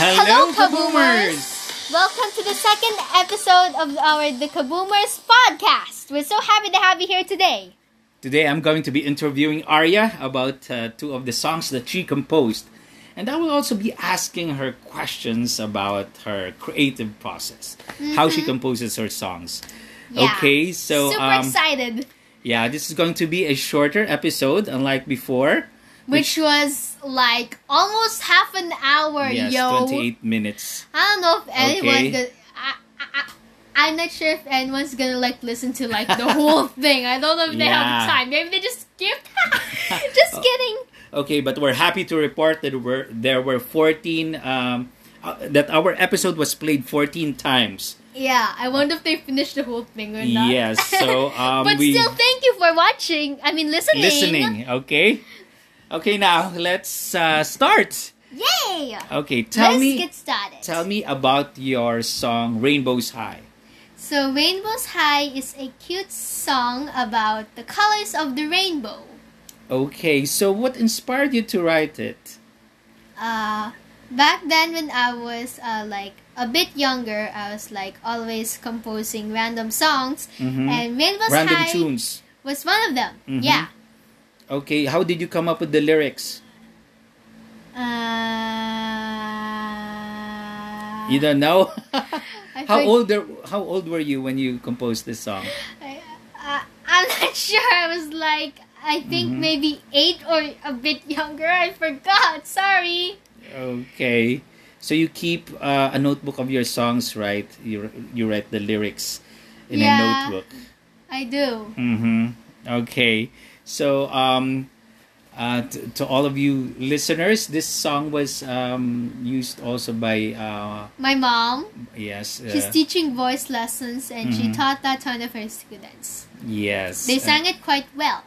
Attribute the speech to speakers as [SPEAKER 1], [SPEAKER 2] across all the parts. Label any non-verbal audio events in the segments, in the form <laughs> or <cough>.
[SPEAKER 1] Hello,
[SPEAKER 2] Hello, Kaboomers!
[SPEAKER 1] Welcome to the second episode of our The Kaboomers podcast. We're so happy to have you here today.
[SPEAKER 2] Today I'm going to be interviewing Arya about uh, two of the songs that she composed. And I will also be asking her questions about her creative process, how she composes her songs.
[SPEAKER 1] Mm-hmm. Yeah.
[SPEAKER 2] Okay, so
[SPEAKER 1] super
[SPEAKER 2] um,
[SPEAKER 1] excited,
[SPEAKER 2] yeah, this is going to be a shorter episode, unlike before.
[SPEAKER 1] which was like almost half an hour,
[SPEAKER 2] yes,
[SPEAKER 1] yo.
[SPEAKER 2] 28 minutes.
[SPEAKER 1] I don't know if anyone's
[SPEAKER 2] Okay.
[SPEAKER 1] gonna. I, I, I, I'm not sure if anyone's gonna like listen to
[SPEAKER 2] <laughs>
[SPEAKER 1] like the whole thing. I don't know if they have
[SPEAKER 2] Yeah.
[SPEAKER 1] time. Maybe they just
[SPEAKER 2] <laughs>
[SPEAKER 1] skipped. <laughs> just kidding.
[SPEAKER 2] Okay, but we're happy to report that we're, there were 14, um, uh, that our episode was played 14 times.
[SPEAKER 1] Yeah, I wonder if they finished the whole thing or not.
[SPEAKER 2] Yes,
[SPEAKER 1] <laughs>
[SPEAKER 2] so um,
[SPEAKER 1] but
[SPEAKER 2] we
[SPEAKER 1] still, thank you for watching. I mean, listening.
[SPEAKER 2] listening. Okay, okay. Now let's uh, start.
[SPEAKER 1] Yay!
[SPEAKER 2] Okay, tell
[SPEAKER 1] Let's
[SPEAKER 2] me,
[SPEAKER 1] get started.
[SPEAKER 2] tell me about your song "Rainbows High."
[SPEAKER 1] So, Rainbows High is a cute song about the colors of the rainbow.
[SPEAKER 2] Okay, so what inspired you to write it?
[SPEAKER 1] Uh, back then, when I was uh, like a bit younger, I was like always composing random songs,
[SPEAKER 2] Mhm.
[SPEAKER 1] and Rainbows
[SPEAKER 2] Random
[SPEAKER 1] High
[SPEAKER 2] tunes.
[SPEAKER 1] was one of them.
[SPEAKER 2] Mhm.
[SPEAKER 1] Yeah.
[SPEAKER 2] Okay, how did you come up with the lyrics?
[SPEAKER 1] Uh,
[SPEAKER 2] You don't know. <laughs>
[SPEAKER 1] <laughs> I
[SPEAKER 2] how
[SPEAKER 1] forg-
[SPEAKER 2] old are, How old were you when you composed this song?
[SPEAKER 1] I, I, I'm <laughs> not sure. I was like, I think
[SPEAKER 2] Mm-hmm.
[SPEAKER 1] maybe eight or a bit younger. I forgot. Sorry.
[SPEAKER 2] Okay, so you keep uh, a notebook of your songs, right? You you write the lyrics in a
[SPEAKER 1] Yeah.
[SPEAKER 2] notebook.
[SPEAKER 1] I do.
[SPEAKER 2] Mm-hmm. Okay. So, um, uh, t- to all of you listeners, this song was um, used also by uh,
[SPEAKER 1] My mom,
[SPEAKER 2] yes, uh,
[SPEAKER 1] she's teaching voice lessons and
[SPEAKER 2] Mm-hmm.
[SPEAKER 1] she taught that to one of her students.
[SPEAKER 2] yes,
[SPEAKER 1] They
[SPEAKER 2] uh,
[SPEAKER 1] sang it quite well.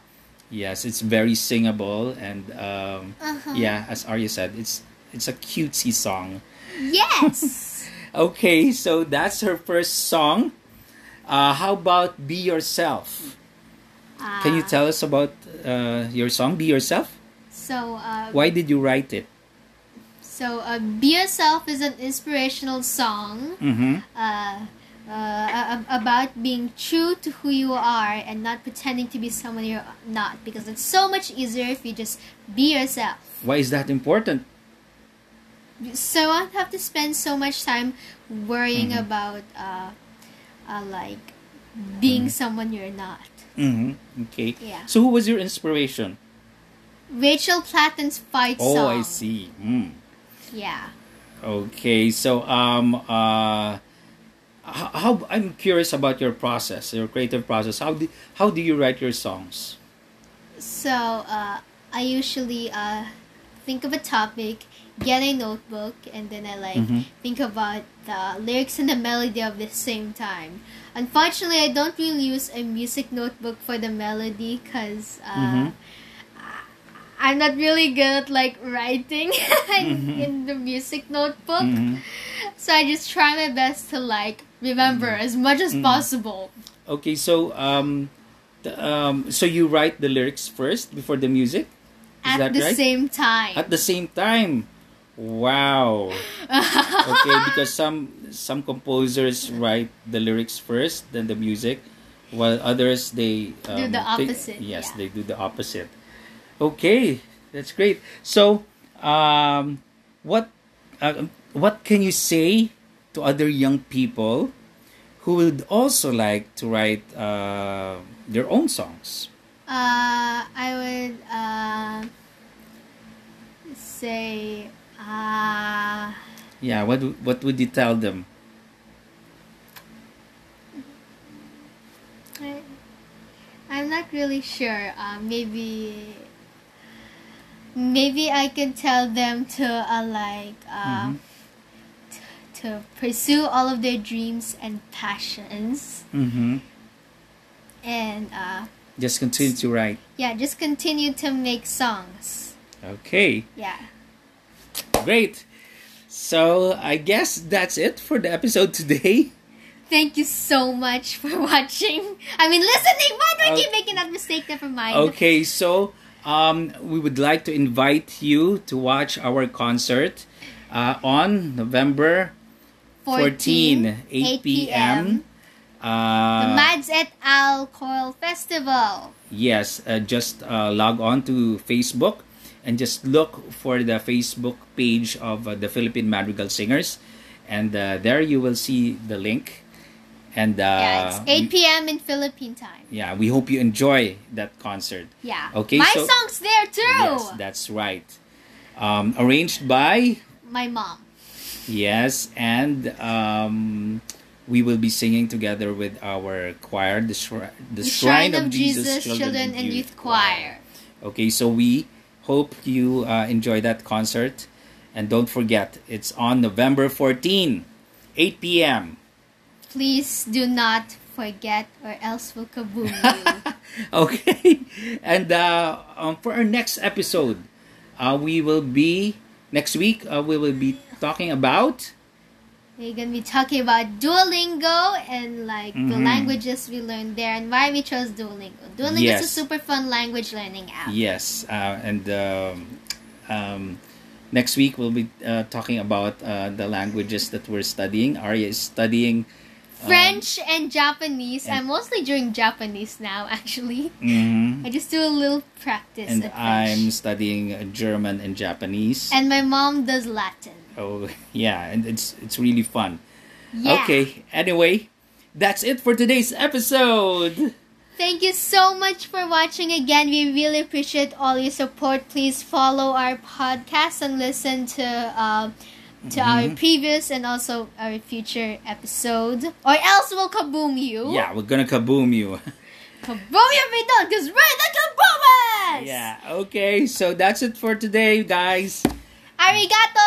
[SPEAKER 2] yes, it's very singable and um,
[SPEAKER 1] Uh-huh.
[SPEAKER 2] yeah, as Arya said, it's it's a cutesy song.
[SPEAKER 1] Yes!
[SPEAKER 2] Okay, so that's her first song. Uh, how about "Be Yourself"? <laughs> Can you
[SPEAKER 1] Uh,
[SPEAKER 2] tell us about uh, your song "Be Yourself"?
[SPEAKER 1] So, uh,
[SPEAKER 2] Why did you write it?
[SPEAKER 1] so uh, Be Yourself is an inspirational song
[SPEAKER 2] Mm-hmm.
[SPEAKER 1] uh, uh, a- a- about being true to who you are and not pretending to be someone you're not because it's so much easier if you just be yourself.
[SPEAKER 2] Why is that important?
[SPEAKER 1] so I don't have to spend so much time worrying
[SPEAKER 2] Mm-hmm.
[SPEAKER 1] about uh, uh, like being someone you're not.
[SPEAKER 2] Mm-hmm. Okay.
[SPEAKER 1] Yeah.
[SPEAKER 2] So who was your inspiration?
[SPEAKER 1] Rachel Platten's fight
[SPEAKER 2] Oh,
[SPEAKER 1] song.
[SPEAKER 2] I see. Mm.
[SPEAKER 1] Yeah.
[SPEAKER 2] Okay. So um uh how, how I'm curious about your process, your creative process. How do how do you write your songs?
[SPEAKER 1] So uh, I usually uh, think of a topic, get a notebook, and then I like
[SPEAKER 2] Mhm.
[SPEAKER 1] think about the lyrics and the melody of the same time. Unfortunately, I don't really use a music notebook for the melody because uh,
[SPEAKER 2] Mhm.
[SPEAKER 1] I'm not really good at like writing <laughs> in,
[SPEAKER 2] Mhm.
[SPEAKER 1] in the music notebook.
[SPEAKER 2] Mhm.
[SPEAKER 1] So I just try my best to like remember
[SPEAKER 2] Mm-hmm.
[SPEAKER 1] as much as possible.
[SPEAKER 2] Okay. So um the, um so you write the lyrics first before the music? Is
[SPEAKER 1] At
[SPEAKER 2] that
[SPEAKER 1] the
[SPEAKER 2] right?
[SPEAKER 1] same time.
[SPEAKER 2] At the same time. Wow. okay, because some some composers write the lyrics first, then the music, while others they um,
[SPEAKER 1] Do
[SPEAKER 2] think-
[SPEAKER 1] the opposite,
[SPEAKER 2] yes,
[SPEAKER 1] yeah.
[SPEAKER 2] they do the opposite. Okay, that's great. So, um, what uh, what can you say to other young people who would also like to write uh, their own songs?
[SPEAKER 1] Uh, I would uh, say uh,
[SPEAKER 2] Yeah, what w- what would you tell them?
[SPEAKER 1] I, I'm not really sure. Uh, maybe maybe I can tell them to uh, like uh,
[SPEAKER 2] Mhm.
[SPEAKER 1] t- to pursue all of their dreams and passions
[SPEAKER 2] Mm-hmm.
[SPEAKER 1] and uh,
[SPEAKER 2] Just continue to write.
[SPEAKER 1] yeah, just continue to make songs.
[SPEAKER 2] Okay.
[SPEAKER 1] Yeah.
[SPEAKER 2] Great. So I guess that's it for the episode
[SPEAKER 1] <laughs>
[SPEAKER 2] today.
[SPEAKER 1] Thank you so much for <laughs> watching. I mean, listening. Why do I
[SPEAKER 2] Oh.
[SPEAKER 1] keep making that mistake? Never mind.
[SPEAKER 2] Okay, so um, we would like to invite you to watch our concert uh, on November 14, 8 p.m.
[SPEAKER 1] The
[SPEAKER 2] Uh,
[SPEAKER 1] Mads et al. Choral Festival.
[SPEAKER 2] yes, uh, just uh, log on to Facebook and just look for the Facebook page of uh, the Philippine Madrigal Singers, and uh, there you will see the link. And uh,
[SPEAKER 1] yeah, it's 8 p.m. in Philippine time.
[SPEAKER 2] yeah, we hope you enjoy that concert.
[SPEAKER 1] Yeah.
[SPEAKER 2] Okay,
[SPEAKER 1] My
[SPEAKER 2] so-
[SPEAKER 1] song's there too.
[SPEAKER 2] Yes, that's right. Um, arranged by
[SPEAKER 1] My mom.
[SPEAKER 2] yes, and um, we will be singing together with our choir, the, Shri- the,
[SPEAKER 1] The
[SPEAKER 2] Shrine, of Jesus, Children, and Youth choir. Okay, so we hope you uh, enjoy that concert. And don't forget, it's on November 14, 8 p.m.
[SPEAKER 1] Please do not forget or else we'll
[SPEAKER 2] <laughs>
[SPEAKER 1] kaboom you.
[SPEAKER 2] Okay, <laughs> and uh, um, for our next episode, uh, we will be, next week, uh, we will be talking about.
[SPEAKER 1] We're gonna be talking about Duolingo and like
[SPEAKER 2] Mm-hmm.
[SPEAKER 1] the languages we learned there and why we chose Duolingo. Duolingo
[SPEAKER 2] Yes.
[SPEAKER 1] is a super fun language learning app.
[SPEAKER 2] Yes, uh, and um, um, next week we'll be uh, talking about uh, the languages that we're studying. Arya is studying.
[SPEAKER 1] French and Japanese.
[SPEAKER 2] um, and-
[SPEAKER 1] I'm mostly doing Japanese now, <laughs> actually.
[SPEAKER 2] mhm,
[SPEAKER 1] I just do a little practice.
[SPEAKER 2] and
[SPEAKER 1] at
[SPEAKER 2] I'm
[SPEAKER 1] French.
[SPEAKER 2] studying uh, German and Japanese.
[SPEAKER 1] And my mom does Latin.
[SPEAKER 2] oh <laughs> yeah, and it's it's really fun.
[SPEAKER 1] Yeah.
[SPEAKER 2] Okay. Anyway, that's it for today's episode.
[SPEAKER 1] Thank you so much for watching again. We really appreciate all your support. Please follow our podcast and listen to um, to our previous and also our future episode. Or else we'll kaboom you.
[SPEAKER 2] Yeah, we're gonna kaboom you.
[SPEAKER 1] Kaboom you if we don't, because we're the kaboomers!
[SPEAKER 2] yeah. Okay. So that's it for today, guys.
[SPEAKER 1] Arigato!